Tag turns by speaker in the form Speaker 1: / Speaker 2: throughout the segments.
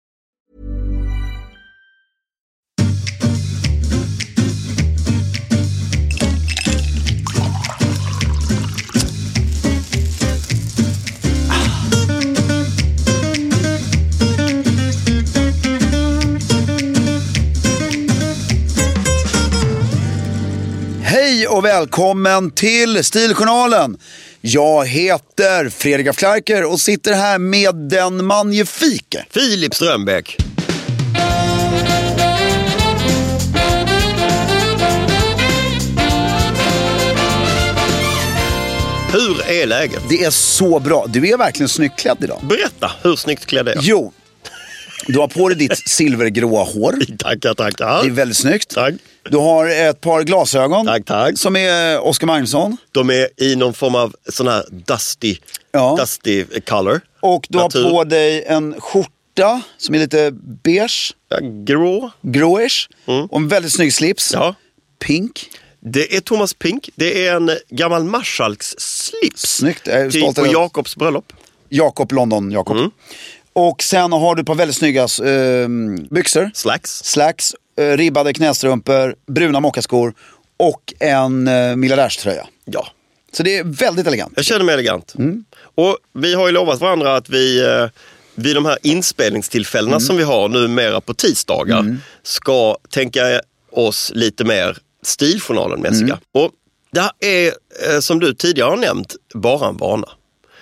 Speaker 1: Hej och välkommen till Stiljournalen. Jag heter Fredrik af Klarker och sitter här med den magnifike.
Speaker 2: Filip Strömbäck. Hur är läget?
Speaker 1: Det är så bra. Du är verkligen snyggt klädd idag.
Speaker 2: Berätta, hur snyggt klädd är jag?
Speaker 1: Jo, du har på dig ditt silvergråa hår.
Speaker 2: Tackar, tackar.
Speaker 1: Det är väldigt snyggt.
Speaker 2: Tack.
Speaker 1: Du har ett par glasögon.
Speaker 2: Tack, tack.
Speaker 1: Som är Oskar Magnusson.
Speaker 2: De är i någon form av sån här dusty,
Speaker 1: Ja.
Speaker 2: dusty color.
Speaker 1: Och du har
Speaker 2: Natur.
Speaker 1: på dig en skjorta som är lite beige,
Speaker 2: Ja, Grå.
Speaker 1: gråish. Och en väldigt snygg slips.
Speaker 2: Mm. Ja.
Speaker 1: Pink.
Speaker 2: Det är Thomas Pink. Det är en gammal Marshalks slips.
Speaker 1: Snyggt. Jag är
Speaker 2: Till
Speaker 1: stolt
Speaker 2: på
Speaker 1: över-
Speaker 2: Jakobs bröllop.
Speaker 1: Jakob London, Jakob.
Speaker 2: Mm.
Speaker 1: Och sen har du ett par väldigt snygga eh, byxor.
Speaker 2: Slacks.
Speaker 1: Slacks, eh, ribbade knästrumpor, bruna mockaskor och en eh, miljardärströja.
Speaker 2: Ja,
Speaker 1: Så det är väldigt elegant. Mm.
Speaker 2: Jag känner mig elegant. Och vi har ju lovat varandra att vi eh, vid de här
Speaker 1: Mm.
Speaker 2: inspelningstillfällena som vi har numera på tisdagar ska tänka oss lite mer
Speaker 1: Mm.
Speaker 2: Stiljournalen-mässiga. Och det här är, eh, som du tidigare har nämnt, bara en vana.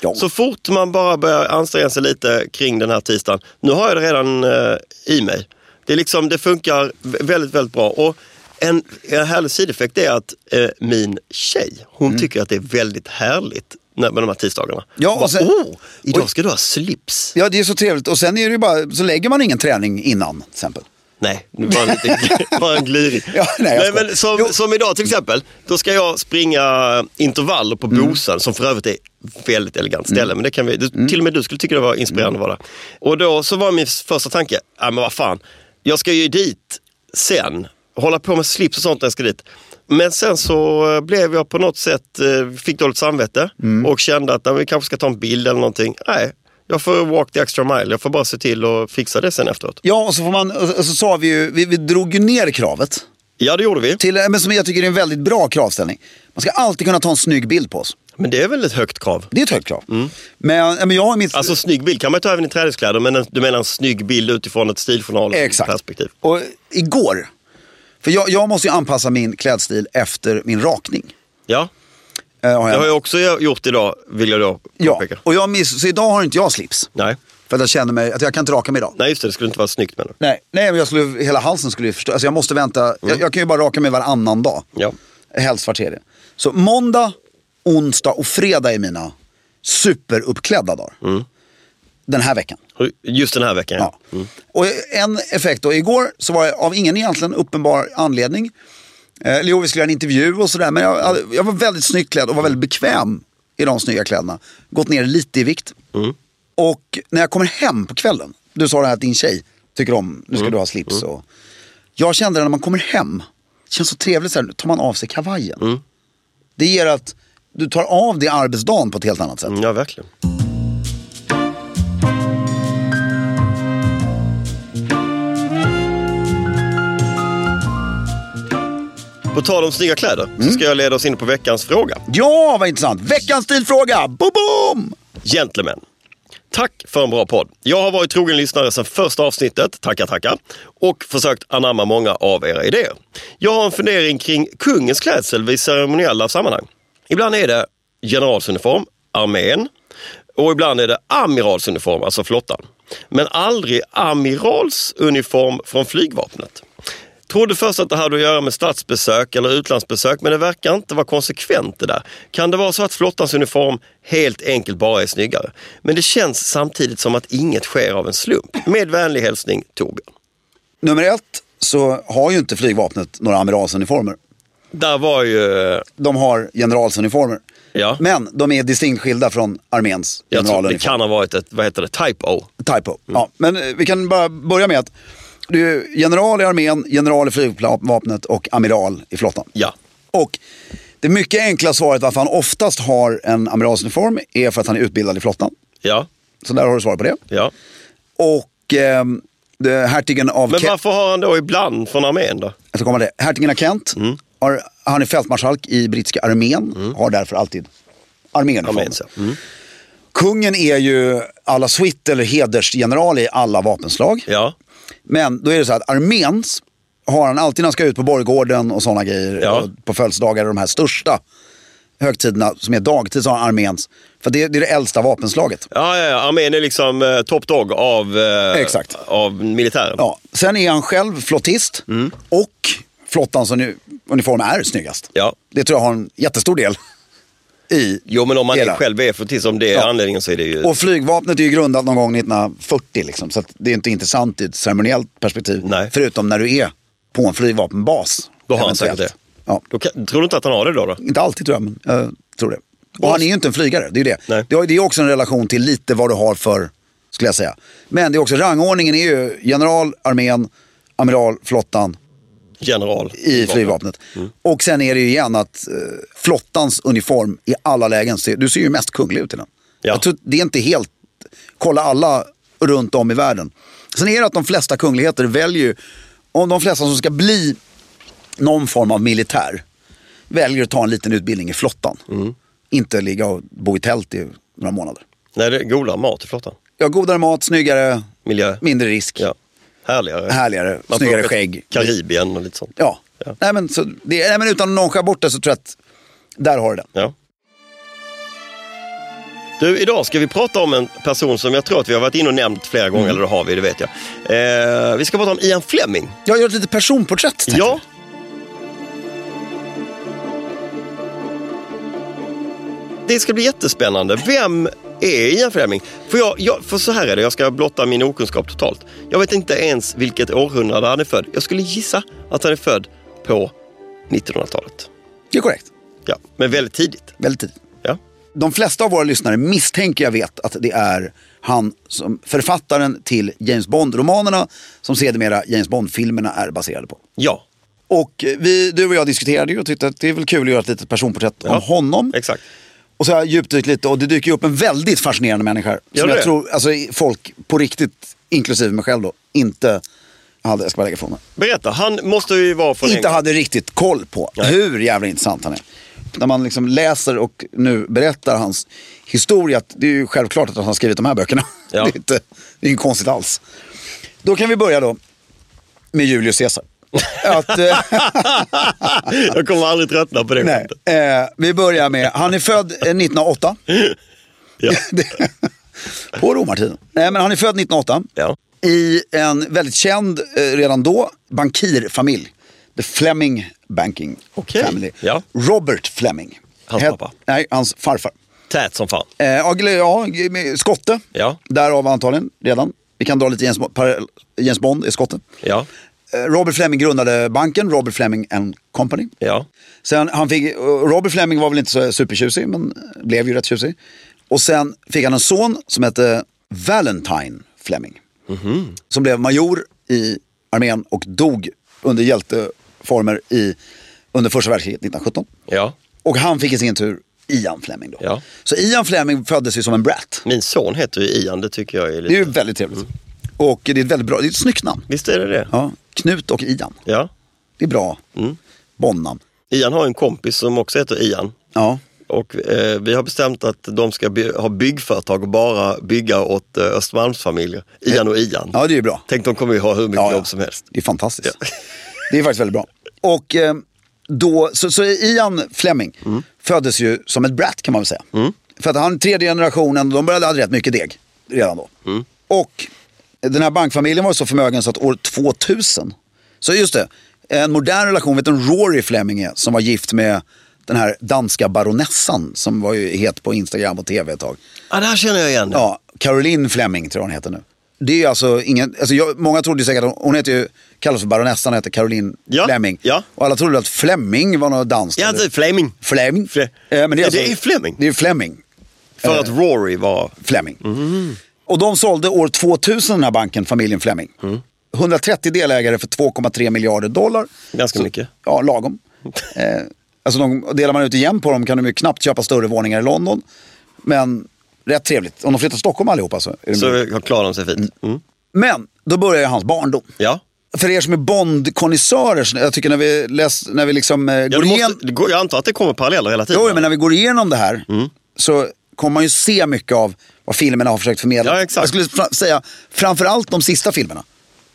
Speaker 1: Ja.
Speaker 2: Så fort man bara börjar anstränga sig lite kring den här tisdagen. Nu har jag det redan eh, i mig. Det, är liksom, det funkar vä- väldigt, väldigt bra. Och en, en härlig sideffekt är att eh, min tjej, hon tycker att det är väldigt härligt när, med de här tisdagarna.
Speaker 1: Ja,
Speaker 2: Hon
Speaker 1: och sen-
Speaker 2: bara, oh, idag
Speaker 1: Oj.
Speaker 2: ska du ha slips.
Speaker 1: Ja, det är så trevligt. Och sen är det ju bara, så lägger man ingen träning innan till exempel.
Speaker 2: Nej, nu var jag lite, bara en glirig.
Speaker 1: Ja, nej, jag skojar.
Speaker 2: men som,
Speaker 1: Jo.
Speaker 2: som idag till exempel, då ska jag springa intervaller på
Speaker 1: Mm.
Speaker 2: Bosön som för övrigt är ett väldigt elegant ställe. Men det kan vi, du, till och med du skulle tycka det var inspirerande att vara där. Och då så var min första tanke, ja men vad fan, jag ska ju dit sen, hålla på med slips och sånt när jag ska dit. Men sen så eh, blev jag på något sätt, eh, fick dåligt samvete
Speaker 1: Mm.
Speaker 2: och kände att ja, men vi kanske ska ta en bild eller någonting. Nej, jag får walk the extra mile. Jag får bara se till att fixa det sen efteråt.
Speaker 1: Ja, och så, får man, och så sa vi ju, vi, vi drog ju ner kravet.
Speaker 2: Ja, det gjorde vi.
Speaker 1: Till, men som jag tycker är en väldigt bra kravställning. Man ska alltid kunna ta en snygg bild på oss.
Speaker 2: Men det är väl ett högt krav?
Speaker 1: Det är ett högt krav. Men, men jag har mitt...
Speaker 2: Alltså snygg bild kan man ju ta även i träningskläder, men en, du menar en snygg bild utifrån ett
Speaker 1: Exakt.
Speaker 2: stiljournalperspektiv?
Speaker 1: Och igår, för jag, jag måste ju anpassa min klädstil efter min rakning.
Speaker 2: Ja,
Speaker 1: Eh, har
Speaker 2: det
Speaker 1: jag.
Speaker 2: har jag också gjort idag, vill jag då
Speaker 1: ja.
Speaker 2: påpeka.
Speaker 1: Och jag miss, så idag har inte jag slips.
Speaker 2: Nej.
Speaker 1: För att jag känner mig, att jag kan inte raka mig idag.
Speaker 2: Nej, just det. Det skulle inte vara snyggt menar du?
Speaker 1: Nej, nej men jag skulle, hela halsen skulle ju förstå. Alltså jag måste vänta, jag, jag kan ju bara raka mig varannan dag.
Speaker 2: Ja.
Speaker 1: Helst var tredje. Så måndag, onsdag och fredag är mina superuppklädda dagar. Den här veckan.
Speaker 2: Hur- Just den här veckan, ja.
Speaker 1: Ja. Och en effekt då, igår så var jag av ingen egentligen uppenbar anledning. Eh, eller jo, vi skulle göra en intervju och sådär. Men jag, hade- jag var väldigt snyggt klädd och var väldigt bekväm i de snygga kläderna. Gått ner lite i vikt. Och när jag kommer hem på kvällen, du sa det här att din tjej tycker om, nu ska du ha slips. Och, jag kände det när man kommer hem, det känns så trevligt så här, nu tar man av sig kavajen. Det ger att du tar av dig arbetsdagen på ett helt annat sätt.
Speaker 2: Ja, verkligen. På tal om snygga kläder så ska jag leda oss in på veckans fråga.
Speaker 1: Ja, vad intressant! Veckans stilfråga! Boom, boom!
Speaker 2: Gentlemen, tack för en bra podd. Jag har varit trogen lyssnare sedan första avsnittet, tackar tackar, och försökt anamma många av era idéer. Jag har en fundering kring kungens klädsel vid ceremoniella sammanhang. Ibland är det generalsuniform, armén, och ibland är det amiralsuniform, alltså flottan. Men aldrig amiralsuniform från flygvapnet. Trodde först att det hade att göra med statsbesök eller utlandsbesök men det verkar inte vara konsekvent det där. Kan det vara så att flottans uniform helt enkelt bara är snyggare? Men det känns samtidigt som att inget sker av en slump. Med vänlig hälsning Torbjörn.
Speaker 1: Nummer ett så har ju inte flygvapnet några amiralsuniformer.
Speaker 2: Där var ju... eh,
Speaker 1: De har generalsuniformer.
Speaker 2: Ja.
Speaker 1: Men de är distinkt skilda från arméns
Speaker 2: Jag tror det Mm.
Speaker 1: generaluniform.
Speaker 2: kan ha varit ett, vad heter det, typo.
Speaker 1: Typo. Ja, men eh, vi kan bara börja med att du är ju general i armén, general i flygvapnet och amiral i flottan.
Speaker 2: Ja.
Speaker 1: Och det mycket enkla svaret varför han oftast har en amiralsuniform är för att han är utbildad i flottan.
Speaker 2: Ja.
Speaker 1: Så där har du svar på det.
Speaker 2: Ja.
Speaker 1: Och ehm, det- hertigen av
Speaker 2: Men
Speaker 1: Ke-
Speaker 2: varför har han då ibland från armén då?
Speaker 1: Jag ska komma till det. Hertigen av Kent,
Speaker 2: Mm.
Speaker 1: har, han är fältmarskalk i brittiska armén, har därför alltid armén. i
Speaker 2: Armén,
Speaker 1: formen.
Speaker 2: så.
Speaker 1: Kungen är ju alla suite eller hedersgeneral i alla vapenslag.
Speaker 2: Ja.
Speaker 1: Men då är det så att arméns har han alltid när han ska ut på borggården och sådana grejer.
Speaker 2: Ja.
Speaker 1: Och på födelsedagar och de här största högtiderna som är dagtid så har han arméns. För det, det är det äldsta vapenslaget.
Speaker 2: Ja, ja, ja. Armén är liksom eh, top dog av, eh,
Speaker 1: Exakt.
Speaker 2: av militären.
Speaker 1: Ja. Sen är han själv flottist
Speaker 2: Mm.
Speaker 1: och flottans uni- uniform är snyggast.
Speaker 2: Ja.
Speaker 1: Det tror jag har en jättestor del i.
Speaker 2: Jo, men om man
Speaker 1: Hela.
Speaker 2: är själv är flottilj, om det är anledningen så är det ju...
Speaker 1: Och flygvapnet är ju grundat någon gång 1940 liksom. Så att det är inte intressant i ett ceremoniellt perspektiv.
Speaker 2: Nej.
Speaker 1: Förutom när du är på en flygvapenbas.
Speaker 2: Då har han
Speaker 1: eventuellt.
Speaker 2: säkert det.
Speaker 1: Ja.
Speaker 2: Då kan, tror du inte att han har det då? då?
Speaker 1: Inte alltid tror jag, men jag tror det. Och han är ju inte en flygare, det är ju det.
Speaker 2: Nej.
Speaker 1: Det har- Det är också en relation till lite vad du har för, skulle jag säga. Men det är också, rangordningen är ju general, armén, amiral, flottan
Speaker 2: General.
Speaker 1: i flygvapnet.
Speaker 2: Mm.
Speaker 1: Och sen är det ju igen att eh, flottans uniform i alla lägen, ser, du ser ju mest kunglig ut i den.
Speaker 2: Ja.
Speaker 1: Jag tror, det är inte helt, kolla alla runt om i världen. Sen är det att de flesta kungligheter väljer, ju- om de flesta som ska bli någon form av militär, väljer att ta en liten utbildning i flottan.
Speaker 2: Mm.
Speaker 1: Inte ligga och bo i tält i några månader.
Speaker 2: Nej, det är godare mat i flottan.
Speaker 1: Jag har godare mat, snyggare,
Speaker 2: Miljö.
Speaker 1: mindre risk,
Speaker 2: Ja. Härligare.
Speaker 1: härligare,
Speaker 2: Man får
Speaker 1: snyggare
Speaker 2: åka till
Speaker 1: skägg.
Speaker 2: Karibien och lite sånt.
Speaker 1: Ja.
Speaker 2: Ja.
Speaker 1: Nej, men, så det, nej, men utan att nonchera bort det så tror jag att där har du den.
Speaker 2: Ja. Du, idag ska vi prata om en person som jag tror att vi har varit inne och nämnt flera gånger,
Speaker 1: Mm.
Speaker 2: eller det har vi, det vet jag. Eh, vi ska prata om Ian Fleming.
Speaker 1: Jag gör ett litet personporträtt. tänkte
Speaker 2: Ja. Det ska bli jättespännande. Vem är Ian Fleming? För, jag, jag, för så här är det, jag ska blotta min okunskap totalt. Jag vet inte ens vilket århundrade han är född. Jag skulle gissa att han är född på 1900-talet.
Speaker 1: jag. Det är korrekt.
Speaker 2: Ja, men väldigt tidigt.
Speaker 1: Väldigt tidigt.
Speaker 2: Ja.
Speaker 1: De flesta av våra lyssnare misstänker jag vet att det är han som författaren till James Bond-romanerna som sedermera James Bond-filmerna är baserade på.
Speaker 2: ja.
Speaker 1: Och eh, vi, du och jag diskuterade ju och tyckte att det är väl kul att göra ett litet personporträtt
Speaker 2: Ja,
Speaker 1: om honom.
Speaker 2: Exakt.
Speaker 1: Och så har jag djupdykt lite och det dyker ju upp en väldigt fascinerande människa. här,
Speaker 2: Gör
Speaker 1: Som jag
Speaker 2: det?
Speaker 1: tror, alltså folk på riktigt, inklusive mig själv då, inte hade, jag ska bara lägga ifrån mig.
Speaker 2: Berätta, han måste ju vara från
Speaker 1: inte
Speaker 2: England.
Speaker 1: hade riktigt koll på hur jävla intressant han är. När man liksom läser och nu berättar hans historia, att det är ju självklart att han har skrivit de här böckerna.
Speaker 2: Ja.
Speaker 1: Det, är inte, det är inte konstigt alls. Då kan vi börja då med Julius Caesar. Att, eh,
Speaker 2: Jag kommer aldrig tröttna på det
Speaker 1: nej,
Speaker 2: skämtet.
Speaker 1: eh, vi börjar med, han är född eh, 1908.
Speaker 2: Ja.
Speaker 1: Det- På romartiden. Nej, men han är född 1908.
Speaker 2: Ja.
Speaker 1: I en väldigt känd, eh, redan då, bankirfamilj. The Fleming Banking
Speaker 2: Okej,
Speaker 1: Family.
Speaker 2: ja.
Speaker 1: Robert Fleming.
Speaker 2: Hans
Speaker 1: Het-
Speaker 2: pappa.
Speaker 1: Nej, hans farfar.
Speaker 2: Tät som fan.
Speaker 1: Eh, ja, gl- ja, g- med skotte.
Speaker 2: Ja.
Speaker 1: Därav antagligen redan. Vi kan dra lite Jens, Bo- parallell- Jens Bond är skotte.
Speaker 2: Ja,
Speaker 1: Eh, Robert Fleming grundade banken, Robert Fleming and Company.
Speaker 2: ja.
Speaker 1: Sen han fick, Robert Fleming var väl inte så supertjusig, men blev ju rätt tjusig. Och sen fick han en son som hette Valentine Fleming. Som blev major i armén och dog under hjälteformer i, under första världskriget 1917.
Speaker 2: ja.
Speaker 1: Och han fick i sin tur Ian Fleming då.
Speaker 2: Ja.
Speaker 1: Så Ian Fleming föddes ju som en brat.
Speaker 2: Min son heter ju Ian, det tycker jag är
Speaker 1: Det är
Speaker 2: lite...
Speaker 1: ju väldigt trevligt. Och det är ett väldigt bra, det är ett snyggt namn.
Speaker 2: Visst är det det?
Speaker 1: Ja, Knut och Ian.
Speaker 2: Ja.
Speaker 1: Det är bra. Bonnamn.
Speaker 2: Ian har en kompis som också heter Ian.
Speaker 1: Ja.
Speaker 2: Och eh, vi har bestämt att de ska by- ha byggföretag och bara bygga åt eh, Östermalmsfamiljer. Ian och Ian.
Speaker 1: ja, det är ju bra.
Speaker 2: Tänk de kommer ju ha hur mycket
Speaker 1: Ja, ja.
Speaker 2: jobb som helst.
Speaker 1: Det är fantastiskt. Det är faktiskt väldigt bra. Och eh, då, så, så Ian Fleming
Speaker 2: Mm.
Speaker 1: föddes ju som ett brat kan man väl säga. För att han är tredje generationen och de började ha rätt mycket deg redan då.
Speaker 2: Mm.
Speaker 1: Och den här bankfamiljen var så förmögen så att år 2000, så just det, en modern relation, vet du en Rory Fleming är, som var gift med den här danska baronessan som var ju het på Instagram och tv ett tag.
Speaker 2: Ja, det här känner jag igen.
Speaker 1: Ja, Caroline Fleming tror jag hon heter nu. Det är ju alltså ingen, alltså jag, många trodde ju säkert, att hon- hon heter ju, kallas för baronessan, heter Caroline
Speaker 2: Ja,
Speaker 1: Fleming.
Speaker 2: ja.
Speaker 1: Och alla trodde att Fleming var något danskt.
Speaker 2: Ja,
Speaker 1: eller-
Speaker 2: det är Fleming.
Speaker 1: Fleming.
Speaker 2: Fle-
Speaker 1: Eh, men det, är
Speaker 2: Ja,
Speaker 1: alltså,
Speaker 2: det är Fleming.
Speaker 1: Det är Fleming.
Speaker 2: För att
Speaker 1: Eh.
Speaker 2: Rory var...
Speaker 1: Fleming.
Speaker 2: Mm.
Speaker 1: Och de sålde år 2000 den här banken, familjen Fleming.
Speaker 2: Mm.
Speaker 1: 130 delägare för 2,3 miljarder dollar.
Speaker 2: Ganska mycket.
Speaker 1: Ja, lagom. Eh, alltså de, delar man ut igen på dem kan de ju knappt köpa större våningar i London. Men rätt trevligt. Om de flyttar till Stockholm allihopa så är det
Speaker 2: Så klarar de sig fint. Mm.
Speaker 1: men då börjar ju hans barndom.
Speaker 2: Ja.
Speaker 1: För er som är Bond-konnässörer, så jag tycker när vi, läs, när vi liksom eh,
Speaker 2: Ja,
Speaker 1: går
Speaker 2: du
Speaker 1: igenom...
Speaker 2: måste, det går- jag antar att det kommer paralleller hela tiden.
Speaker 1: Jo, men när vi går igenom det här
Speaker 2: Mm.
Speaker 1: så kommer man ju se mycket av vad filmerna har försökt förmedla.
Speaker 2: Ja, exakt.
Speaker 1: Jag skulle fra- säga framförallt de sista filmerna.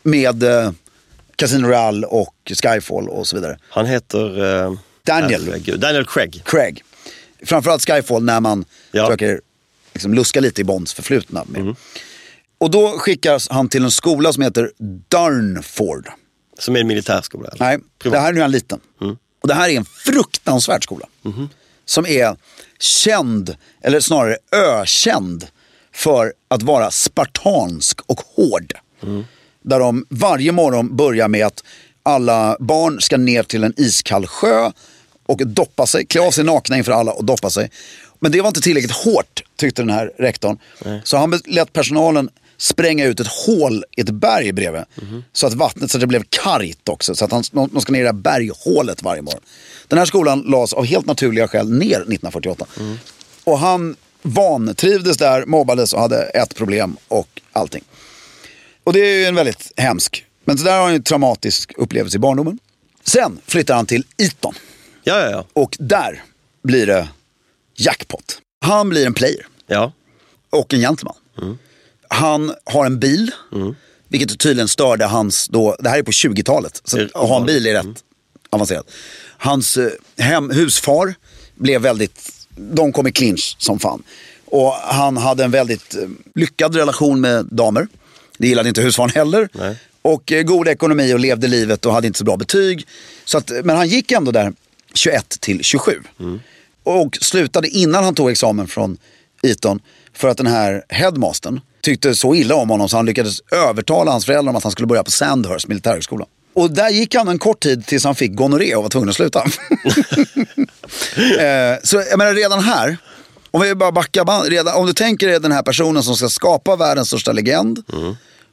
Speaker 1: Med eh, Casino Royale och Skyfall och så vidare.
Speaker 2: Han heter... eh,
Speaker 1: Daniel.
Speaker 2: herregud, Daniel Craig.
Speaker 1: Craig. Framförallt Skyfall när man
Speaker 2: Ja. Mm.
Speaker 1: försöker liksom luska lite i Bonds förflutna. Med. Och då skickas han till en skola som heter Darnford.
Speaker 2: Som är en militärskola. eller?
Speaker 1: Nej,
Speaker 2: Privat.
Speaker 1: det här är nu en liten. Och det här är en fruktansvärd skola. Som är känd, eller snarare ökänd, för att vara spartansk och hård. Där de varje morgon börjar med att alla barn ska ner till en iskall sjö och doppa sig, klä av sig nakna inför alla och doppa sig. Men det var inte tillräckligt hårt, tyckte den här rektorn. Så han lät personalen spränga ut ett hål i ett berg bredvid. Så att vattnet så att det blev kargt också. Så att han, de de ska ner i det här berghålet varje morgon. Den här skolan lades av helt naturliga skäl ner 1948. Och han vantrivdes där, mobbades och hade ett problem och allting. Och det är ju en väldigt hemsk, men så där har han ju en traumatisk upplevelse i barndomen. Sen flyttar han till Eton
Speaker 2: Ja, ja, ja.
Speaker 1: och där blir det jackpot. Han blir en player
Speaker 2: ja.
Speaker 1: och en gentleman. Han har en bil, vilket tydligen störde hans, då, det här är på 20-talet, så att ha en bil är rätt avancerat. Hans eh, hem, husfar blev väldigt, de kom i clinch som fan. Och han hade en väldigt eh, lyckad relation med damer. Det gillade inte husfarn heller. Och eh, god ekonomi och levde livet och hade inte så bra betyg. Så att, men han gick ändå där 21 till 27. Och slutade innan han tog examen från Eton. För att den här headmastern tyckte så illa om honom så han lyckades övertala hans föräldrar om att han skulle börja på Sandhurst militärhögskola. Och där gick han en kort tid tills han fick gonorré och var tvungen att sluta. eh, så jag menar redan här, om vi bara backar band, redan, om du tänker dig den här personen som ska skapa världens största legend.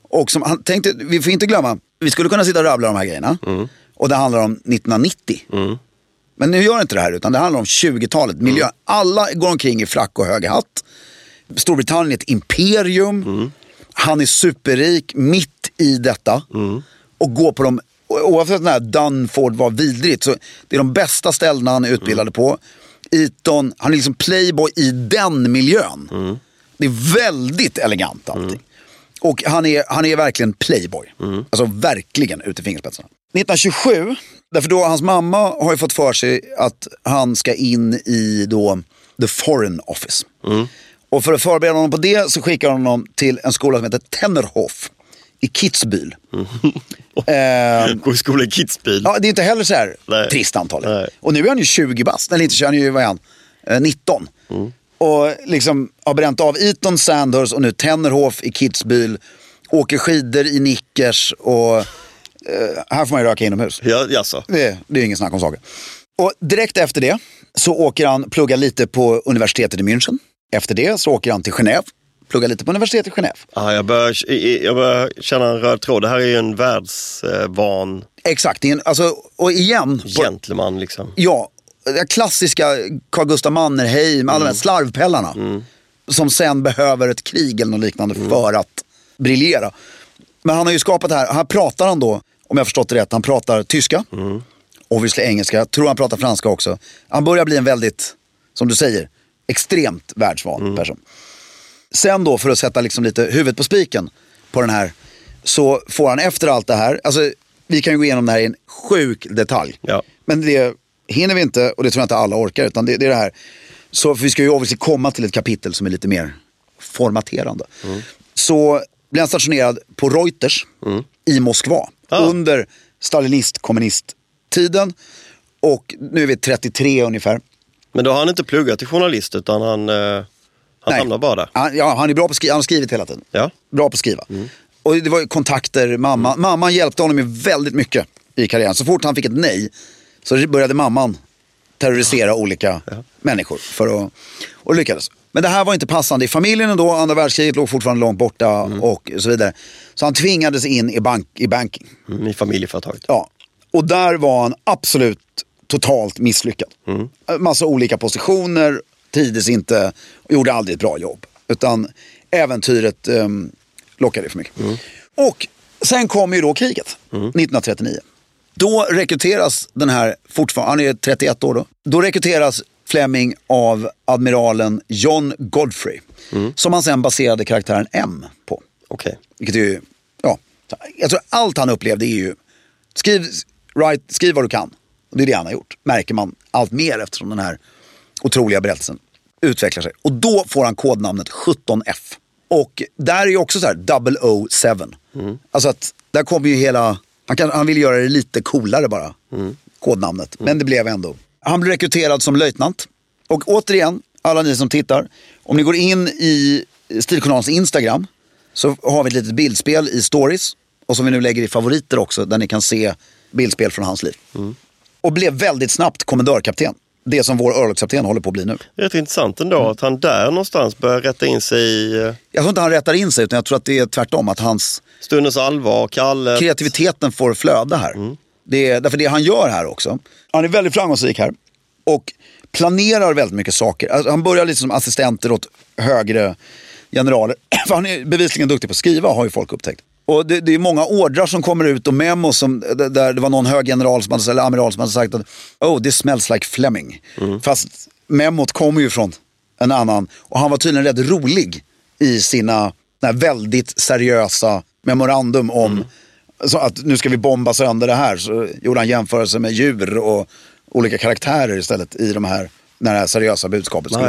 Speaker 1: Och som han tänkte, vi får inte glömma, vi skulle kunna sitta och rabbla de här grejerna. Och det handlar om 1990. Men nu gör inte det här, utan det handlar om 20-talet. Miljö. Alla går omkring i frack och hög hatt. Storbritannien är ett imperium. Han är superrik mitt i detta. Och går på de, o- oavsett den här Dunford var vidrigt, så det är de bästa ställena han är utbildad på. Eton, han är liksom playboy i den miljön. Det är väldigt elegant allting. Och han är, han är verkligen playboy. Alltså verkligen ut i fingerspetsarna. 1927, därför då hans mamma har ju fått för sig att han ska in i då the foreign office. Och för att förbereda honom på det så skickar han honom till en skola som heter Tennerhof i Kitzbühel. Eh,
Speaker 2: Gå i skolan i Kitzbühel.
Speaker 1: ja, det är inte heller så här
Speaker 2: Nej.
Speaker 1: trist antagligen.
Speaker 2: Nej.
Speaker 1: Och nu är han ju 20 bast, eller inte, så han är ju, vad är han, Eh, 19.
Speaker 2: Mm.
Speaker 1: Och liksom har bränt av Eton Sanders och nu Tennerhof i Kitzbühel. Åker skidor i nickers och eh, här får man ju röka inomhus.
Speaker 2: Ja, jaså.
Speaker 1: Det, det är ingen snack om saker. Och direkt efter det så åker han plugga lite på universitetet i München. Efter det så åker han till Genève, plugga lite på universitetet i Genève.
Speaker 2: Ah, jag, börjar, i- i- jag börjar känna en röd tråd. Det här är ju en världsvan
Speaker 1: Exakt, det är en, alltså, och igen, på,
Speaker 2: gentleman liksom.
Speaker 1: ja, det klassiska Carl Gustaf Mannerheim, alla de här slarvpellarna. Som sen behöver ett krig eller något liknande för att briljera. Men han har ju skapat det här, här pratar han då, om jag förstått det rätt, han pratar tyska. Obviously engelska, jag tror han pratar franska också. Han börjar bli en väldigt, som du säger, extremt världsvan person. Sen då för att sätta liksom lite huvudet på spiken på den här. Så får han efter allt det här, alltså vi kan ju gå igenom det här i en sjuk detalj.
Speaker 2: Ja.
Speaker 1: Men det hinner vi inte och det tror jag inte alla orkar. Utan det, det är det här. Så för vi ska ju obviously komma till ett kapitel som är lite mer formaterande. Så blir han stationerad på Reuters i Moskva. Under stalinist-kommunist-tiden. Och nu är vi 33 ungefär.
Speaker 2: Men då har han inte pluggat till journalist utan han, eh, han
Speaker 1: Nej.
Speaker 2: hamnar bara där.
Speaker 1: Han, ja, han är bra på att skriva, han har skrivit hela tiden.
Speaker 2: Ja. Mm.
Speaker 1: Bra på att skriva. Och det var ju kontakter, mamma. Mamman hjälpte honom ju väldigt mycket i karriären. Så fort han fick ett nej så började mamman terrorisera olika människor. För att, och lyckades. Men det här var inte passande i familjen ändå. Andra världskriget låg fortfarande långt borta
Speaker 2: Mm.
Speaker 1: och så vidare. Så han tvingades in i, bank, i banking.
Speaker 2: Mm, I familjeföretaget.
Speaker 1: Ja. Och där var han absolut totalt misslyckad. Eh, Massa olika positioner, tides inte, och gjorde aldrig ett bra jobb. Utan äventyret um, lockade för mycket. Och sen kom ju då kriget, 1939. Då rekryteras den här, fortfarande, han är 31 år då. Då rekryteras Fleming av admiralen John Godfrey. Som han sen baserade karaktären M på.
Speaker 2: Okej.
Speaker 1: Vilket är ju, ja. Jag tror allt han upplevde är ju, skriv, write, skriv vad du kan. Och det är det han har gjort. Märker man allt mer eftersom den här otroliga berättelsen utvecklar sig. Och då får han kodnamnet 17F. Och där är ju också så här 007. Alltså att där kommer ju hela, han, kan, han vill göra det lite coolare bara. Kodnamnet. Men det blev ändå. Han blev rekryterad som löjtnant. Och återigen, alla ni som tittar. Om ni går in i Stiljournalens Instagram så har vi ett litet bildspel i stories. Och som vi nu lägger i favoriter också, där ni kan se bildspel från hans liv. Och blev väldigt snabbt kommendörkapten. Det som vår örlogskapten håller på att bli nu.
Speaker 2: Rätt intressant ändå
Speaker 1: Mm.
Speaker 2: att han där någonstans börjar rätta in sig i eh,
Speaker 1: Jag tror inte han rättar in sig, utan jag tror att det är tvärtom. Att hans
Speaker 2: stundens allvar, kallet.
Speaker 1: kreativiteten får flöda här. Det är, därför det han gör här också. Han är väldigt framgångsrik här. Och planerar väldigt mycket saker. Alltså, han börjar lite som assistenter åt högre generaler. För han är bevisligen duktig på att skriva har ju folk upptäckt. Och det, det är många ordrar som kommer ut och memos som, där det var någon hög general som hade, eller amiral som hade sagt att oh this smells like Fleming. Fast memot kommer ju från en annan. Och han var tydligen rätt rolig i sina såna här väldigt seriösa memorandum om så att nu ska vi bomba sönder det här. Så gjorde han jämförelser med djur och olika karaktärer istället i de här, när det här seriösa budskapet skulle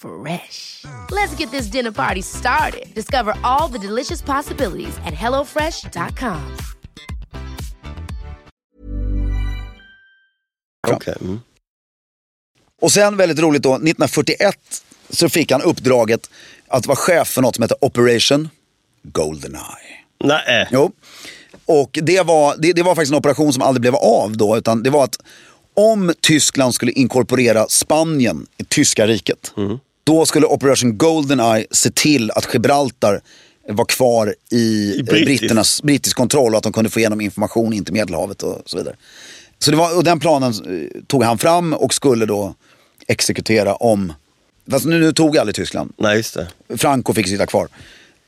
Speaker 3: Fresh. Let's get this dinner party started. Discover all the delicious possibilities at hellofresh.com.
Speaker 2: Okej, mm.
Speaker 1: Och sen väldigt roligt då, 1941 så fick han uppdraget att vara chef för något som heter Operation Goldeneye.
Speaker 2: Nej. eh,
Speaker 1: Jo. Och det var, det, det var faktiskt en operation som aldrig blev av då. Utan det var att om Tyskland skulle inkorporera Spanien i tyska riket. Då skulle Operation Goldeneye se till att Gibraltar var kvar i, eh,
Speaker 2: brittisk.
Speaker 1: britternas, brittisk kontroll och att de kunde få igenom information in till Medelhavet och så vidare. Så det var, och den planen eh, tog han fram och skulle då exekutera om... Fast nu, nu tog aldrig Tyskland.
Speaker 2: Nej, just det.
Speaker 1: Franco fick sitta kvar.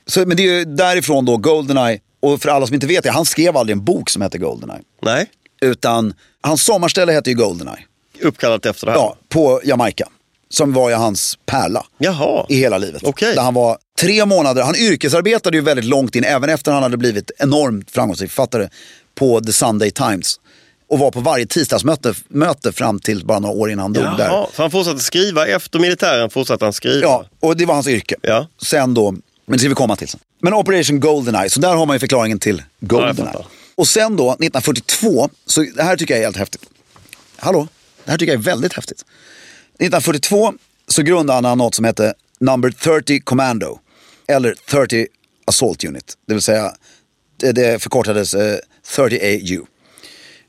Speaker 1: Så, men det är ju därifrån då Goldeneye, och för alla som inte vet det, han skrev aldrig en bok som hette Goldeneye.
Speaker 2: Nej,
Speaker 1: Utan hans sommarställe hette ju Goldeneye.
Speaker 2: uppkallat efter det här.
Speaker 1: Ja, på Jamaica. Som var ju hans pärla
Speaker 2: Jaha.
Speaker 1: i hela livet.
Speaker 2: Okej.
Speaker 1: Där han var tre månader, han yrkesarbetade ju väldigt långt in, även efter han hade blivit enormt framgångsrik författare på The Sunday Times. Och var på varje tisdagsmöte möte fram till bara några år innan han dog där.
Speaker 2: Jaha. Så han fortsatte skriva, efter militären fortsatte han skriva.
Speaker 1: Ja, och det var hans yrke.
Speaker 2: Ja.
Speaker 1: Sen då, men det ska vi komma till sen. Men Operation Goldeneye, så där har man ju förklaringen till
Speaker 2: Ja,
Speaker 1: Goldeneye.
Speaker 2: jag fattar.
Speaker 1: och sen då, 1942, så det här tycker jag är helt häftigt. Hallå? Det här tycker jag är väldigt häftigt. 1942 så grundade han något som hette Number 30 Commando. Eller 30 Assault Unit. Det vill säga, det, det förkortades eh, 30AU.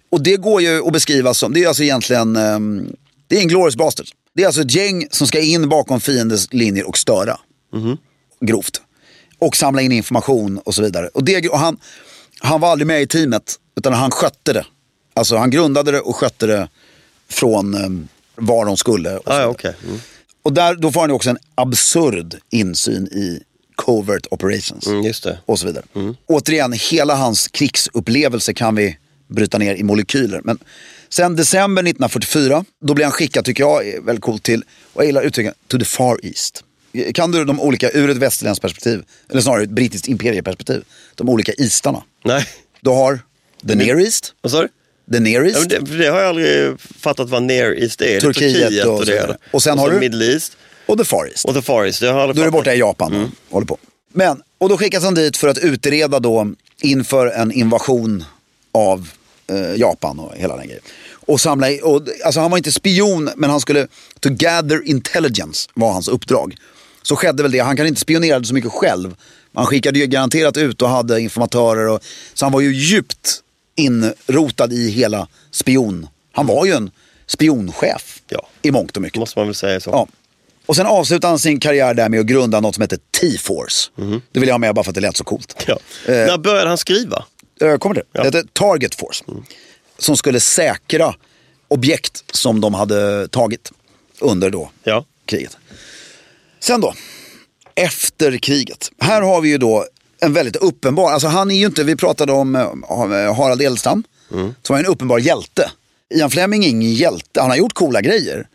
Speaker 1: Och det går ju att beskriva som, det är alltså egentligen, ehm, det är en glorious bastard. Det är alltså ett gäng som ska in bakom fiendens linjer och störa. Grovt. Och samla in information och så vidare. Och, det, och han, han var aldrig med i teamet, utan han skötte det. Alltså han grundade det och skötte det från ehm, var de skulle. Och, så
Speaker 2: Ah, ja,
Speaker 1: vidare.
Speaker 2: okej. Mm.
Speaker 1: och där, då får han ju också en absurd insyn i covert operations
Speaker 2: Mm, just det. Mm.
Speaker 1: och så vidare. Återigen, hela hans krigsupplevelse kan vi bryta ner i molekyler. Men sen december 1944, då blir han skickad, tycker jag är väldigt coolt, till, och jag gillar uttrycket, to the far east. Kan du de olika, ur ett västerländskt perspektiv, eller snarare ett brittiskt imperieperspektiv, de olika istarna?
Speaker 2: Nej,
Speaker 1: Du har the near east,
Speaker 2: vad sa du?
Speaker 1: the near
Speaker 2: Mm. Ja, men
Speaker 1: east,
Speaker 2: det, för det har jag aldrig fattat vad Near East är. Det är
Speaker 1: Turkiet och så
Speaker 2: det. är
Speaker 1: vidare.
Speaker 2: det.
Speaker 1: Och sen har
Speaker 2: så
Speaker 1: du-
Speaker 2: Middle East
Speaker 1: och the far east.
Speaker 2: och The Far East. Det har jag aldrig
Speaker 1: Då är det
Speaker 2: fattat.
Speaker 1: borta i Japan och håller på. Men, och då skickas han dit för att utreda då inför en invasion av eh, Japan och hela den grejen. Och samla, i- och, alltså han var inte spion men han skulle, to gather intelligence var hans uppdrag. Så skedde väl det, han kan inte spionera så mycket själv. Han skickade ju garanterat ut och hade informatörer och, så han var ju djupt inrotad i hela spion. Han var ju en spionchef
Speaker 2: Ja.
Speaker 1: i mångt och mycket.
Speaker 2: Måste man väl säga så.
Speaker 1: Ja. Och sen avslutade han sin karriär där med att grunda något som heter T-Force. Det vill jag ha med bara för att det lät så coolt.
Speaker 2: Ja. När började han skriva?
Speaker 1: Eh, Kommer det? Det hette Target Force. Som skulle säkra objekt som de hade tagit under då
Speaker 2: Ja.
Speaker 1: kriget. Sen då, efter kriget. Här har vi ju då en väldigt uppenbar, alltså han är ju inte, vi pratade om eh, Harald Edelstam, som var en uppenbar hjälte. Ian Fleming är ingen hjälte, han har gjort coola grejer.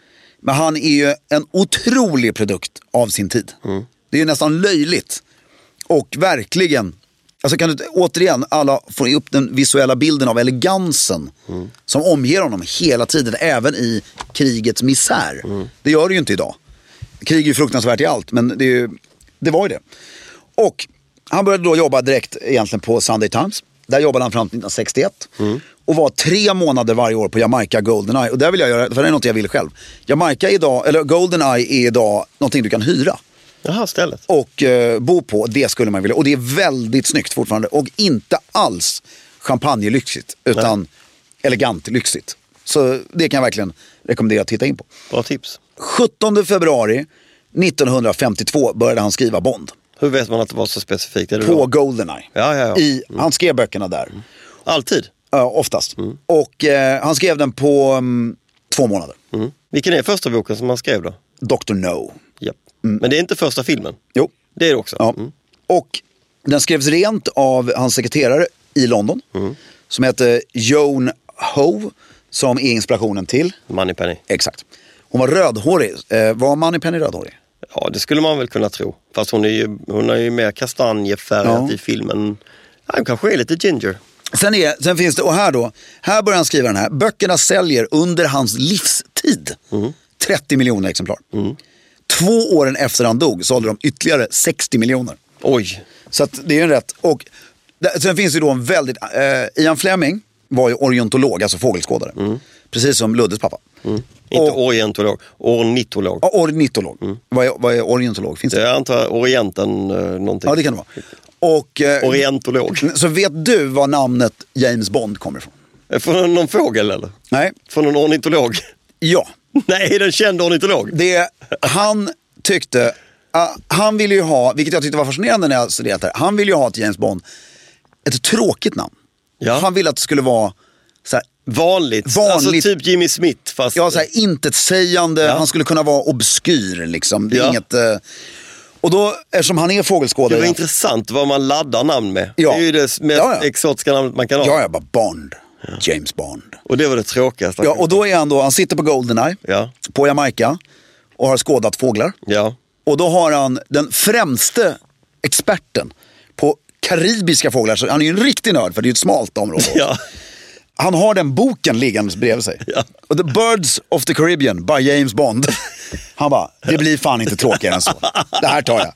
Speaker 1: Men han är ju en otrolig produkt av sin tid. Det är ju nästan löjligt. Och verkligen, alltså kan du återigen, alla får upp den visuella bilden av elegansen som omger honom hela tiden, även i krigets misär. Det gör det ju inte idag. Krig är ju fruktansvärt i allt, men det, är ju, det var ju det. Och han började då jobba direkt egentligen på Sunday Times. Där jobbade han fram till 1961. Och var tre månader varje år på Jamaica Goldeneye. Och där vill jag göra, för det är något jag vill själv. Jamaica idag, eller Goldeneye är idag någonting du kan hyra
Speaker 2: Jaha, stället.
Speaker 1: och eh, bo på, det skulle man vilja. Och det är väldigt snyggt fortfarande. Och inte alls champagnelyxigt, utan elegant lyxigt. Så det kan jag verkligen rekommendera att titta in på.
Speaker 2: Bra tips.
Speaker 1: 17 februari 1952 började han skriva Bond.
Speaker 2: Hur vet man att det var så specifikt? Är det
Speaker 1: På
Speaker 2: då?
Speaker 1: Goldeneye.
Speaker 2: Ja, ja, Mm. ja.
Speaker 1: I, han skrev böckerna där,
Speaker 2: Alltid?
Speaker 1: ja, oftast. Och eh, han skrev den på mm, två månader.
Speaker 2: Mm. Vilken är första boken som han skrev då?
Speaker 1: Dr. No.
Speaker 2: Japp. Men det är inte första filmen?
Speaker 1: Jo.
Speaker 2: Det är det också?
Speaker 1: Mm. Ja.
Speaker 2: Mm.
Speaker 1: Och den skrevs rent av hans sekreterare i London. Som hette Joan Howe. Som är inspirationen till.
Speaker 2: Moneypenny?
Speaker 1: Exakt. Hon var rödhårig. Eh, var Moneypenny rödhårig?
Speaker 2: Ja, det skulle man väl kunna tro. Fast hon är ju, hon är ju mer kastanjefärgad
Speaker 1: Ja.
Speaker 2: i filmen. Ja, hon kanske är lite ginger.
Speaker 1: Sen, är, sen finns det, och här då. Här börjar han skriva den här. Böckerna säljer under hans livstid 30 miljoner exemplar. Två åren efter han dog sålde de ytterligare 60 miljoner.
Speaker 2: Oj,
Speaker 1: Så att det är ju en rätt. Och där, sen finns det ju då en väldigt, eh, Ian Fleming var ju ornitolog, alltså fågelskådare. Precis som Luddes pappa.
Speaker 2: inte
Speaker 1: Och-
Speaker 2: orientolog, ornitolog.
Speaker 1: Ja, ornitolog. Vad, är, vad är ornitolog? Finns det?
Speaker 2: Jag antar Orienten eh, någonting.
Speaker 1: Ja, det kan det vara. Och, eh,
Speaker 2: Orientolog.
Speaker 1: så vet du var namnet James Bond kommer ifrån?
Speaker 2: Från någon fågel eller?
Speaker 1: Nej.
Speaker 2: Från någon ornitolog?
Speaker 1: Ja.
Speaker 2: Nej, den kände ornitolog.
Speaker 1: Det han tyckte, ah, han ville ju ha, vilket jag tyckte var fascinerande när jag studerat det här, han ville ju ha till James Bond ett tråkigt namn.
Speaker 2: Ja.
Speaker 1: Han ville att det skulle vara så här,
Speaker 2: Vanligt.
Speaker 1: Vanligt.
Speaker 2: Alltså typ Jimmy Smith fast...
Speaker 1: ja, så här intetsägande,
Speaker 2: Ja.
Speaker 1: han skulle kunna vara obskyr liksom. Det är
Speaker 2: Ja.
Speaker 1: inget, eh, och då, eftersom han är
Speaker 2: det
Speaker 1: fågelskådare.
Speaker 2: var intressant vad man laddar namn med.
Speaker 1: Ja.
Speaker 2: Det är ju det mest
Speaker 1: Ja, ja.
Speaker 2: exotiska namnet man kan ha.
Speaker 1: Ja, jag bara Bond. James Bond.
Speaker 2: Och det var det tråkigaste.
Speaker 1: Ja, och då är han då, han sitter på Goldeneye
Speaker 2: Ja.
Speaker 1: på Jamaica och har skådat fåglar.
Speaker 2: Ja.
Speaker 1: Och då har han den främste experten på karibiska fåglar. Så han är ju en riktig nörd för det är ju ett smalt område.
Speaker 2: Ja.
Speaker 1: Han har den boken liggandes bredvid sig.
Speaker 2: Ja.
Speaker 1: Och The Birds of the Caribbean by James Bond. Han bara, det blir fan inte tråkigare än så. Det här tar jag.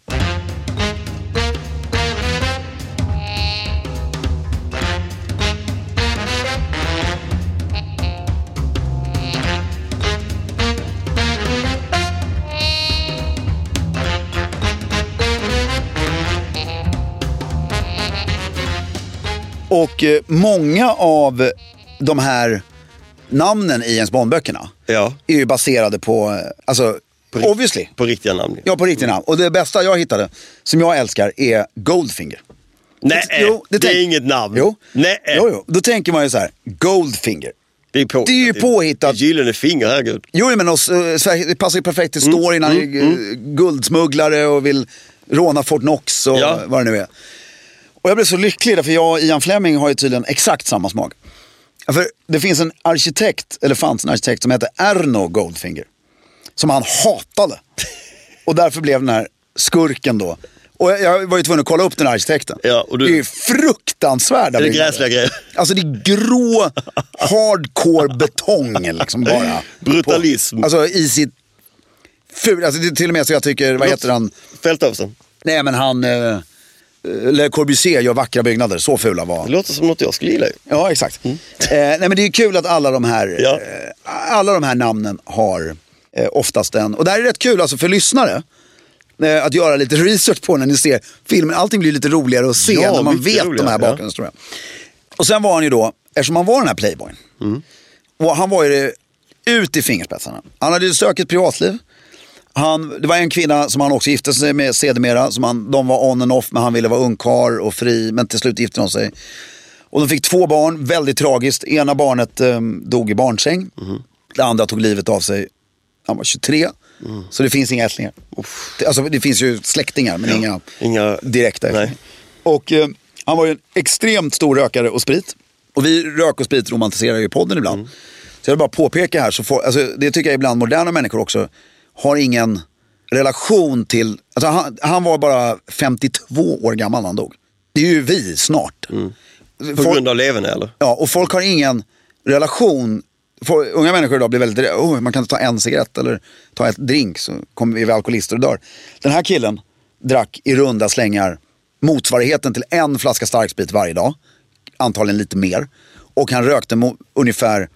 Speaker 1: Och eh, många av de här namnen i James Bond-böckerna
Speaker 2: Ja.
Speaker 1: är ju baserade på, eh, alltså, obviously.
Speaker 2: På riktiga namn.
Speaker 1: Ja, på riktigt namn. Och det bästa jag hittade, som jag älskar, är Goldfinger.
Speaker 2: Nej,
Speaker 1: Jo,
Speaker 2: det,
Speaker 1: tänk-
Speaker 2: är inget namn.
Speaker 1: Jo.
Speaker 2: Nej,
Speaker 1: jo, jo. Då tänker man ju så här, Goldfinger.
Speaker 2: Det är, på,
Speaker 1: Det är ju påhittat.
Speaker 2: Det är Gyllene finger, herregud.
Speaker 1: Jo, men oss, eh, Sverige- det passar ju perfekt
Speaker 2: Mm,
Speaker 1: till storyn. Han är ju, eh, guldsmugglare och vill råna Fort Knox och
Speaker 2: Ja.
Speaker 1: vad det nu är. Och jag blev så lycklig därför jag och Ian Fleming har ju tydligen exakt samma smak. Ja, För det finns en arkitekt, eller fanns en arkitekt som hette Erno Goldfinger. Som han hatade. Och därför blev den här skurken då. Och jag- jag var ju tvungen att kolla upp den här arkitekten.
Speaker 2: Ja, och du-
Speaker 1: Det är ju fruktansvärda
Speaker 2: Är det
Speaker 1: byggnader.
Speaker 2: gräsliga grejer?
Speaker 1: Alltså det är grå hardcore betong liksom bara.
Speaker 2: Brutalism.
Speaker 1: På, alltså i sitt ful, alltså det är till och med så jag tycker, vad heter han?
Speaker 2: Fältöversten.
Speaker 1: Nej men han, eh, Le Corbusier gör vackra byggnader, så fula var
Speaker 2: Det
Speaker 1: han.
Speaker 2: låter som något jag skulle gilla ju.
Speaker 1: Ja exakt. Eh, nej men det är kul att alla de här,
Speaker 2: Mm. Ja.
Speaker 1: eh, alla de här namnen har eh, oftast en, och det här är rätt kul alltså för lyssnare. eh, Att göra lite research på när ni ser filmen. Allting blir lite roligare att se
Speaker 2: Ja,
Speaker 1: när man
Speaker 2: mycket
Speaker 1: vet de
Speaker 2: roligare,
Speaker 1: här
Speaker 2: ja.
Speaker 1: bakgrundshistorierna. Och sen var han ju då, eftersom han var den här playboyen.
Speaker 2: Mm.
Speaker 1: Och han var ju det ut i fingerspetsarna. Han hade ju stökigt privatliv. Han, det var en kvinna som han också gifte sig med sedermera. Som han, de var on and off men han ville vara ungkarl och fri. Men till slut gifte de sig. Och de fick två barn, väldigt tragiskt. Ena barnet eh, dog i barnsäng.
Speaker 2: Mhm.
Speaker 1: Det andra tog livet av sig. Han var 23.
Speaker 2: Mm.
Speaker 1: Så det finns inga ättlingar. Det- Alltså det finns ju släktingar men inga,
Speaker 2: Inga-
Speaker 1: direkta
Speaker 2: Nej.
Speaker 1: ättlingar. Och eh, han var ju en extremt stor rökare och sprit. Och vi rök och sprit romantiserar ju i podden ibland. Så jag vill bara påpeka här, så får, alltså, det tycker jag ibland moderna människor också har ingen relation till, alltså, han, han var bara 52 år gammal när han dog. Det är ju vi snart.
Speaker 2: På
Speaker 1: Folk-
Speaker 2: grund av leverne eller?
Speaker 1: Ja, och folk har ingen relation. Folk, unga människor idag blir väldigt, oh, man kan inte ta en cigarett eller ta ett drink så kommer vi bli alkoholister och dör. Den här killen drack i runda slängar motsvarigheten till en flaska starksprit varje dag. Antagligen lite mer. Och han rökte mo- ungefär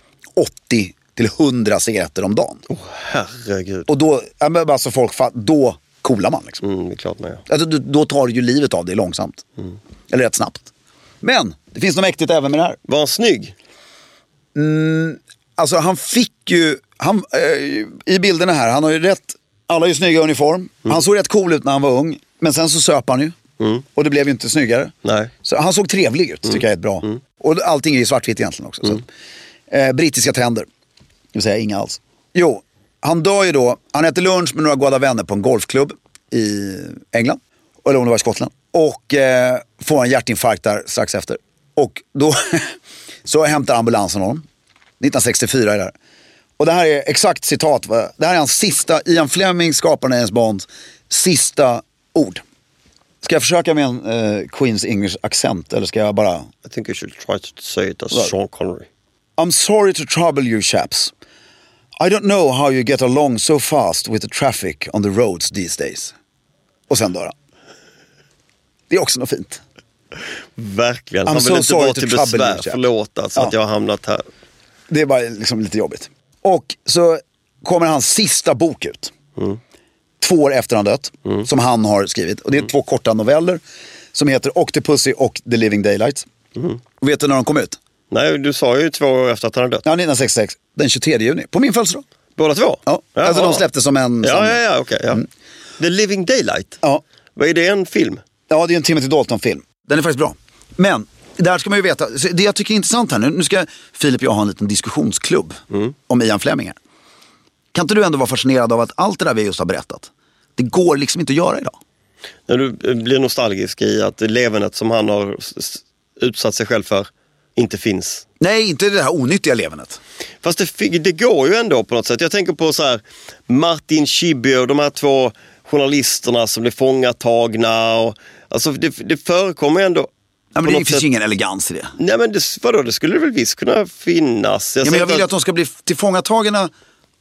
Speaker 1: 80 till 100 cigaretter om dagen.
Speaker 2: Oh. Herregud.
Speaker 1: Och då, ja, men alltså folk, fa- då coolar man liksom.
Speaker 2: Mm, det är klart man gör.
Speaker 1: Alltså, du- då tar du ju livet av dig långsamt. Eller rätt snabbt. Men det finns något mäktigt även med det här.
Speaker 2: Var han snygg?
Speaker 1: Alltså han fick ju, han, eh, i bilderna här, han har ju rätt, alla har ju snygga uniform. Han såg rätt cool ut när han var ung, men sen så söp han ju. Och det blev ju inte snyggare.
Speaker 2: Nej.
Speaker 1: Så han såg trevlig ut, tycker jag är ett bra. Och allting är ju svartvitt egentligen också. Så. Eh, brittiska tänder, det vill säga inga alls. Jo, han dör ju då, han äter lunch med några goda vänner på en golfklubb i England. Eller om det var i Skottland. Och eh, får en hjärtinfarkt där strax efter. Och då så hämtar ambulansen honom. 1964 är det här. Och det här är exakt citat. va? Det här är hans sista, Ian Fleming, skaparen av James Bonds, sista ord. Ska jag försöka med en eh, Queens English accent eller ska jag bara...
Speaker 2: I think you should try to say it as Sean Connery.
Speaker 1: I'm sorry to trouble you chaps. I don't know how you get along so fast with the traffic on the roads these days. Och sen dör han. Det är också något fint.
Speaker 2: Verkligen.
Speaker 1: I'm
Speaker 2: Han
Speaker 1: so
Speaker 2: vill inte
Speaker 1: sorry
Speaker 2: vara
Speaker 1: to
Speaker 2: till
Speaker 1: trouble
Speaker 2: besvär.
Speaker 1: you, Jack.
Speaker 2: Förlåt alltså
Speaker 1: Ja.
Speaker 2: att jag har hamnat här.
Speaker 1: Det är bara liksom lite jobbigt. Och så kommer hans sista bok ut. Två år efter han dött. Som han har skrivit. Och det är två korta noveller. Som heter Octopussy och The Living Daylights. Och vet du när de kom ut?
Speaker 2: Nej, du sa ju två år efter att han hade dött.
Speaker 1: Ja, 1966. Den 23 juni. På min födelsedag.
Speaker 2: Båda två?
Speaker 1: Ja, alltså de släpptes som Mm. en...
Speaker 2: Ja,
Speaker 1: samling.
Speaker 2: ja, ja, okej. ja. The Living Daylight.
Speaker 1: Ja.
Speaker 2: Vad är det, en film?
Speaker 1: Ja, det är en Timothy Dalton-film. Den är faktiskt bra. Men, där ska man ju veta. så Det jag tycker är intressant här nu. Nu ska Filip och jag ha en liten diskussionsklubb
Speaker 2: Mm.
Speaker 1: om Ian Fleming här. Kan inte du ändå vara fascinerad av att allt det där vi just har berättat, det går liksom inte att göra idag.
Speaker 2: När du eh, blir nostalgisk i att levernet som han har s- s- utsatt sig själv för inte finns.
Speaker 1: Nej, inte det här onyttiga levernet.
Speaker 2: Fast det, fi- det går ju ändå på något sätt. Jag tänker på så här, Martin Schibbye och de här två journalisterna som blev fångatagna. Och, alltså det, det förekommer ju ändå.
Speaker 1: Ja,
Speaker 2: på
Speaker 1: men det
Speaker 2: något
Speaker 1: finns ju
Speaker 2: sätt-
Speaker 1: ingen elegans i det.
Speaker 2: Nej men det, vadå, det skulle väl visst kunna finnas.
Speaker 1: Ja, men
Speaker 2: säger
Speaker 1: jag vill
Speaker 2: inte
Speaker 1: ju att de ska bli tillfångatagna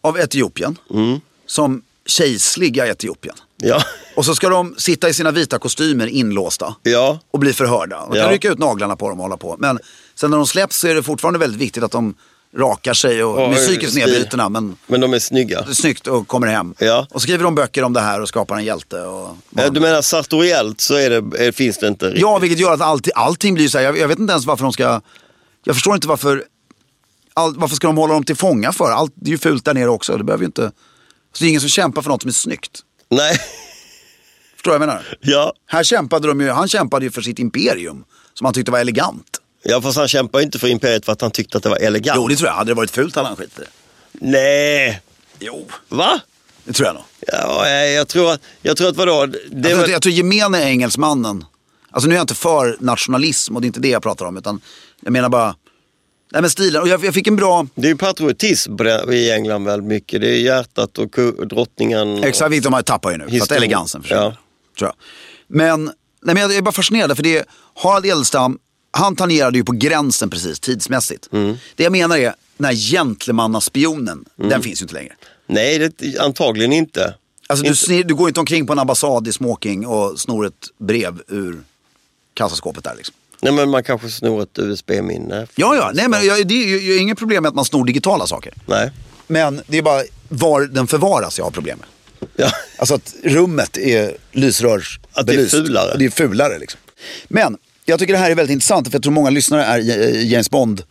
Speaker 1: av Etiopien,
Speaker 2: Mm.
Speaker 1: som kejsliga Etiopien.
Speaker 2: Ja,
Speaker 1: Och så ska de sitta i sina vita kostymer inlåsta.
Speaker 2: ja.
Speaker 1: och bli förhörda. Man kan
Speaker 2: Ja.
Speaker 1: rycka ut naglarna på dem och hålla på. Men sen när de släpps så är det fortfarande väldigt viktigt att de rakar sig och,
Speaker 2: Ja,
Speaker 1: med psykiskt
Speaker 2: stil.
Speaker 1: nedbrutna men
Speaker 2: men de är snygga.
Speaker 1: snyggt och kommer hem.
Speaker 2: Ja.
Speaker 1: Och skriver de böcker om det här och skapar en hjälte. Och
Speaker 2: Eh, Du menar sartoriellt så är det, eh, finns det inte riktigt.
Speaker 1: Ja, vilket gör att allting, allting blir så här. Jag, jag vet inte ens varför de ska... Jag förstår inte varför... All, varför ska de hålla dem till fånga för? Allt, det är ju fult där nere också. Det behöver ju inte... Så det är ingen som kämpar för något som är snyggt.
Speaker 2: Nej,
Speaker 1: Förstår du vad jag menar?
Speaker 2: ja.
Speaker 1: Här kämpade de ju, han kämpade ju för sitt imperium. Som han tyckte var elegant.
Speaker 2: Ja, fast han kämpar ju inte för imperiet för att han tyckte att det var elegant.
Speaker 1: Jo, det tror jag. Hade det varit fult hade han skitit i det.
Speaker 2: Nej,
Speaker 1: Jo,
Speaker 2: va?
Speaker 1: det tror jag nog.
Speaker 2: Ja, eh, jag tror att, jag tror att vadå? Det
Speaker 1: jag,
Speaker 2: är
Speaker 1: tror,
Speaker 2: väl-
Speaker 1: jag tror gemene engelsmannen, alltså nu är jag inte för nationalism och det är inte det jag pratar om utan jag menar bara, nej men stilen, och jag, jag fick en bra,
Speaker 2: det är ju patriotism på det- i England väldigt mycket. Det är hjärtat och ku- drottningen.
Speaker 1: exakt vilket de har tappat ju nu, för att
Speaker 2: Historia.
Speaker 1: elegansen försvinner.
Speaker 2: Ja.
Speaker 1: Tror jag. Men, nej men jag är bara fascinerad för det, är- Harald Edelstam, han tangerade ju på gränsen precis tidsmässigt.
Speaker 2: Mm.
Speaker 1: Det jag menar är, den här gentlemannaspionen, den finns ju inte längre.
Speaker 2: Nej, det, antagligen inte.
Speaker 1: Alltså du, snir, du går inte omkring på en ambassad i smoking och snor ett brev ur kassaskåpet där liksom.
Speaker 2: Nej, men man kanske snor ett USB-minne.
Speaker 1: Ja, ja. Nej, men jag, det är ju jag har inget problem med att man snor digitala saker.
Speaker 2: Nej.
Speaker 1: Men det är bara var den förvaras jag har problem med.
Speaker 2: Ja.
Speaker 1: Alltså att rummet är lysrörsbelyst.
Speaker 2: Att det är fulare.
Speaker 1: Det är fulare liksom. Men jag tycker det här är väldigt intressant för jag tror många lyssnare är eh, James Bond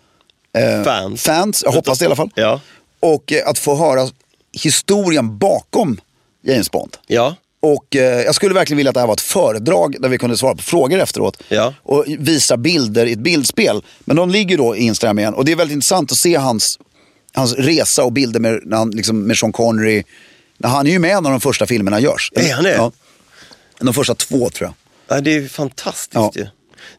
Speaker 1: Eh,
Speaker 2: Fans.
Speaker 1: fans, jag hoppas det i alla fall.
Speaker 2: Ja.
Speaker 1: Och eh, att få höra historien bakom James Bond.
Speaker 2: Ja.
Speaker 1: Och eh, jag skulle verkligen vilja att det här var ett föredrag där vi kunde svara på frågor efteråt.
Speaker 2: Ja.
Speaker 1: Och visa bilder i ett bildspel. Men de ligger då i Instagram igen. Och det är väldigt intressant att se hans, hans resa och bilder med, när han, liksom, med Sean Connery. När han är ju med i en av de första filmerna görs.
Speaker 2: Är han det?
Speaker 1: Ja. De första två tror jag.
Speaker 2: Ja, det är ju fantastiskt
Speaker 1: Ja.
Speaker 2: ju.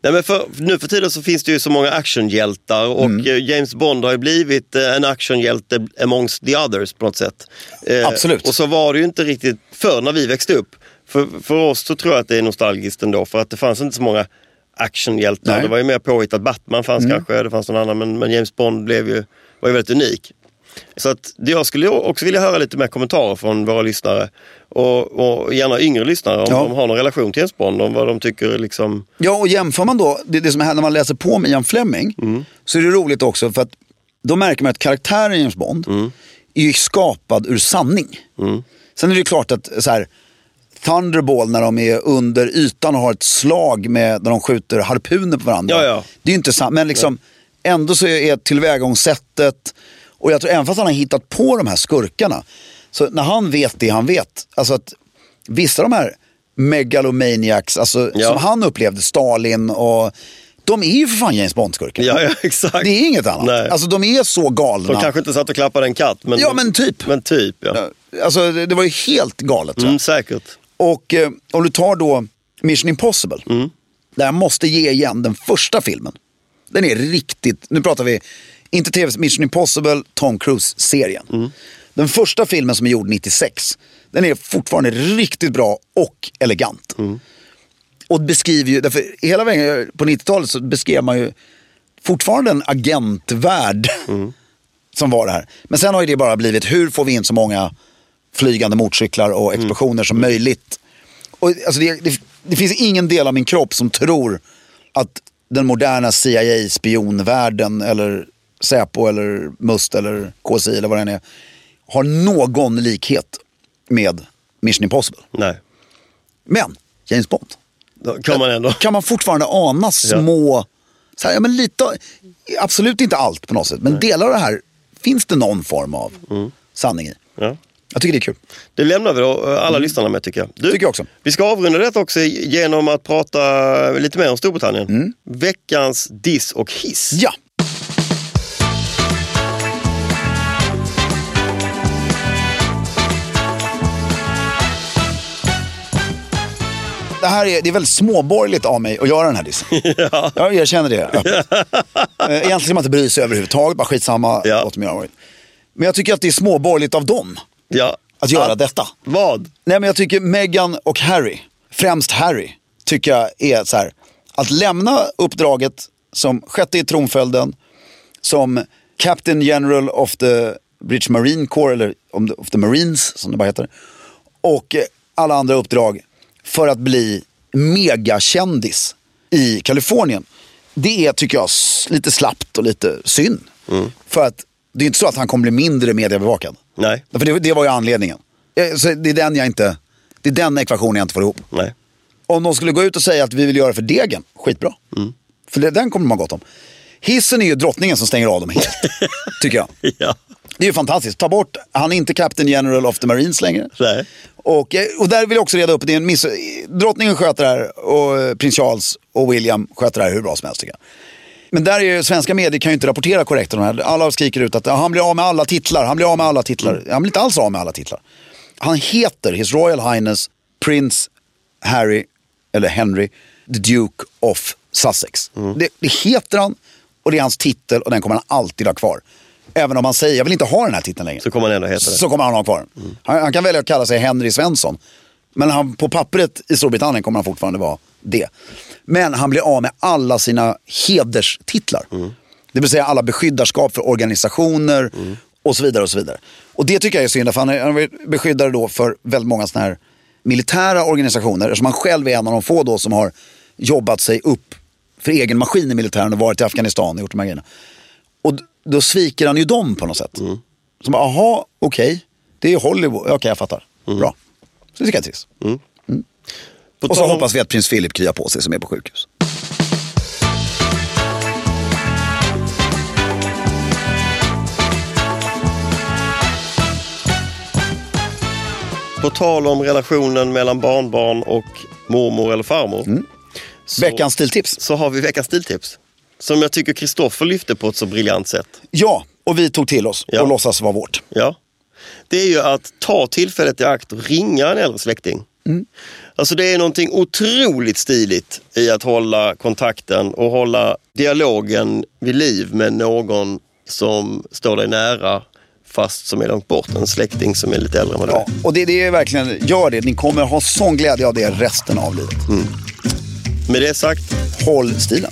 Speaker 2: Nej, men för, nu för tiden så finns det ju så många actionhjältar och
Speaker 1: Mm.
Speaker 2: eh, James Bond har ju blivit eh, en actionhjälte amongst the others på något sätt. Eh,
Speaker 1: Absolut.
Speaker 2: Och så var det ju inte riktigt förr när vi växte upp. För, för oss så tror jag att det är nostalgiskt ändå för att det fanns inte så många actionhjältar.
Speaker 1: Nej. Mm.
Speaker 2: Det var ju mer påhittat. Batman fanns kanske, det fanns någon annan men, men James Bond blev ju, var ju väldigt unik. Så att det jag skulle också vilja höra lite mer kommentarer från våra lyssnare och, och gärna yngre lyssnare om
Speaker 1: Ja.
Speaker 2: de har någon relation till James Bond, om vad de tycker liksom.
Speaker 1: Ja, och jämför man då, det, det som händer när man läser på om Ian Fleming,
Speaker 2: Mm.
Speaker 1: så är det roligt också för att då märker man att karaktären i James Bond
Speaker 2: Mm.
Speaker 1: är ju skapad ur sanning. Sen är det ju klart att så här, Thunderball när de är under ytan och har ett slag med, när de skjuter harpuner på varandra.
Speaker 2: Ja, ja.
Speaker 1: Det är ju inte sant, men liksom ändå så är tillvägagångssättet, och jag tror även fast han har hittat på de här skurkarna, så när han vet det han vet, alltså att vissa av de här megalomaniacs, alltså
Speaker 2: Ja.
Speaker 1: som han upplevde, Stalin och de är ju för fan James Bond-skurkar.
Speaker 2: Ja, ja exakt.
Speaker 1: Det är inget annat.
Speaker 2: Nej.
Speaker 1: Alltså de är så
Speaker 2: de
Speaker 1: galna.
Speaker 2: kanske inte satt och klappade en katt. Men
Speaker 1: Ja, men typ.
Speaker 2: Men typ, ja.
Speaker 1: Alltså det, det var ju helt galet tror jag.
Speaker 2: Mm, säkert.
Speaker 1: Och eh, om du tar då Mission Impossible. Där jag måste ge igen den första filmen. Den är riktigt, nu pratar vi inte tv, Mission Impossible, Tom Cruise-serien. Den första filmen som är gjord 96. Den är fortfarande riktigt bra och elegant. Och beskriver ju, därför hela vägen på 90-talet så beskrev man ju fortfarande en agentvärld som var det här. Men sen har ju det bara blivit, hur får vi in så många flygande motorcyklar och explosioner som möjligt? Och, alltså, det, det, det finns ingen del av min kropp som tror att den moderna CIA-spionvärlden eller Säpo eller Must eller KSI eller vad det än är har någon likhet med Mission Impossible.
Speaker 2: Nej.
Speaker 1: Men James Bond.
Speaker 2: Då kan man ändå.
Speaker 1: kan man fortfarande ana små... Så här, ja, men lite, absolut inte allt på något sätt, men delar av det här finns det någon form av
Speaker 2: Mm.
Speaker 1: sanning i.
Speaker 2: Ja.
Speaker 1: Jag tycker det är kul.
Speaker 2: Det lämnar vi då eh, alla lyssnarna med tycker jag. Du,
Speaker 1: Mm. Tycker jag också.
Speaker 2: Vi ska avrunda detta också genom att prata lite mer om Storbritannien. Veckans diss och hiss.
Speaker 1: Mm. Ja, det här är, det är väldigt småborgerligt av mig att göra den här dissen. Ja. Jag erkänner det öppet. Eh, Egentligen ska man inte bry sig överhuvudtaget, bara skitsamma.
Speaker 2: Ja.
Speaker 1: Låt dem göra vad de vill. Men jag tycker att det är småborgerligt av dem
Speaker 2: Ja.
Speaker 1: att göra
Speaker 2: Att-
Speaker 1: detta.
Speaker 2: Vad?
Speaker 1: Nej men jag tycker Meghan och Harry, främst Harry, tycker jag är så här. Att lämna uppdraget som sjätte i tronföljden, som Captain General of the British Marine Corps, eller om det- of the Marines som det bara heter. Och eh, alla andra uppdrag för att bli megakändis i Kalifornien. Det är, tycker jag, s- lite slappt och lite synd. För att det är inte så att han kommer bli mindre mediebevakad.
Speaker 2: Nej.
Speaker 1: För det, det var ju anledningen. Eh, Så det är den jag inte... Det är den ekvationen jag inte får ihop.
Speaker 2: Nej.
Speaker 1: Om de skulle gå ut och säga att vi vill göra för degen, skitbra. För det, den kommer man gott om. Hissen är ju drottningen som stänger av dem helt, tycker jag.
Speaker 2: Ja.
Speaker 1: Det är ju fantastiskt. Ta bort, han är inte Captain General of the Marines längre.
Speaker 2: Nej.
Speaker 1: Och, eh, och där vill jag också reda upp, det är en miss... Drottningen sköter det här och eh, prins Charles och William sköter det här hur bra som helst tycker jag. Men där är ju, svenska medier kan ju inte rapportera korrekt om det här. Alla skriker ut att "Ja, han blir av med alla titlar, han blir av med alla
Speaker 2: Mm.
Speaker 1: titlar. Han blir inte alls av med alla titlar. Han heter His Royal Highness Prince Harry, eller Henry, the Duke of Sussex.
Speaker 2: Mm.
Speaker 1: Det, det heter han och det är hans titel och den kommer han alltid ha kvar. Även om han säger, jag vill inte ha den här titeln längre
Speaker 2: Så kommer han ändå heta det.
Speaker 1: så kommer han ha kvar. Han, han kan välja att kalla sig Henry Svensson. Men han, på pappret i Storbritannien kommer han fortfarande vara det. Men han blir av med alla sina hederstitlar. Det vill säga alla beskyddarskap för organisationer och så vidare. Och så vidare. Och det tycker jag är synd, för han är, han är beskyddare då för väldigt många sådana här militära organisationer. Eftersom han själv är en av de få då som har jobbat sig upp för egen maskin i militären och varit i Afghanistan och gjort de här grejerna. Och d- då sviker han ju dem på något sätt. Som bara, aha, okej, det är Hollywood, okej jag fattar,
Speaker 2: Mm.
Speaker 1: bra. Så det tycker jag är trist.
Speaker 2: På
Speaker 1: Och så
Speaker 2: tal om-
Speaker 1: hoppas vi att prins Philip kryar på sig som är på sjukhus.
Speaker 2: På tal om relationen mellan barnbarn och mormor eller farmor. Så,
Speaker 1: Mm. Veckans stiltips.
Speaker 2: så har vi veckans stiltips. Som jag tycker Kristoffer lyfte på ett så briljant sätt.
Speaker 1: Ja, och vi tog till oss
Speaker 2: Ja.
Speaker 1: och låtsas vara vårt.
Speaker 2: Ja. Det är ju att ta tillfället i akt och ringa en äldre släkting.
Speaker 1: Mm.
Speaker 2: Alltså det är någonting otroligt stiligt i att hålla kontakten och hålla dialogen vid liv med någon som står dig nära fast som är långt bort. En släkting som är lite äldre än vad du
Speaker 1: Ja,
Speaker 2: är.
Speaker 1: och det, det är verkligen, gör det, ni kommer ha sån glädje av det resten av livet.
Speaker 2: Med det sagt,
Speaker 1: Håll stilen.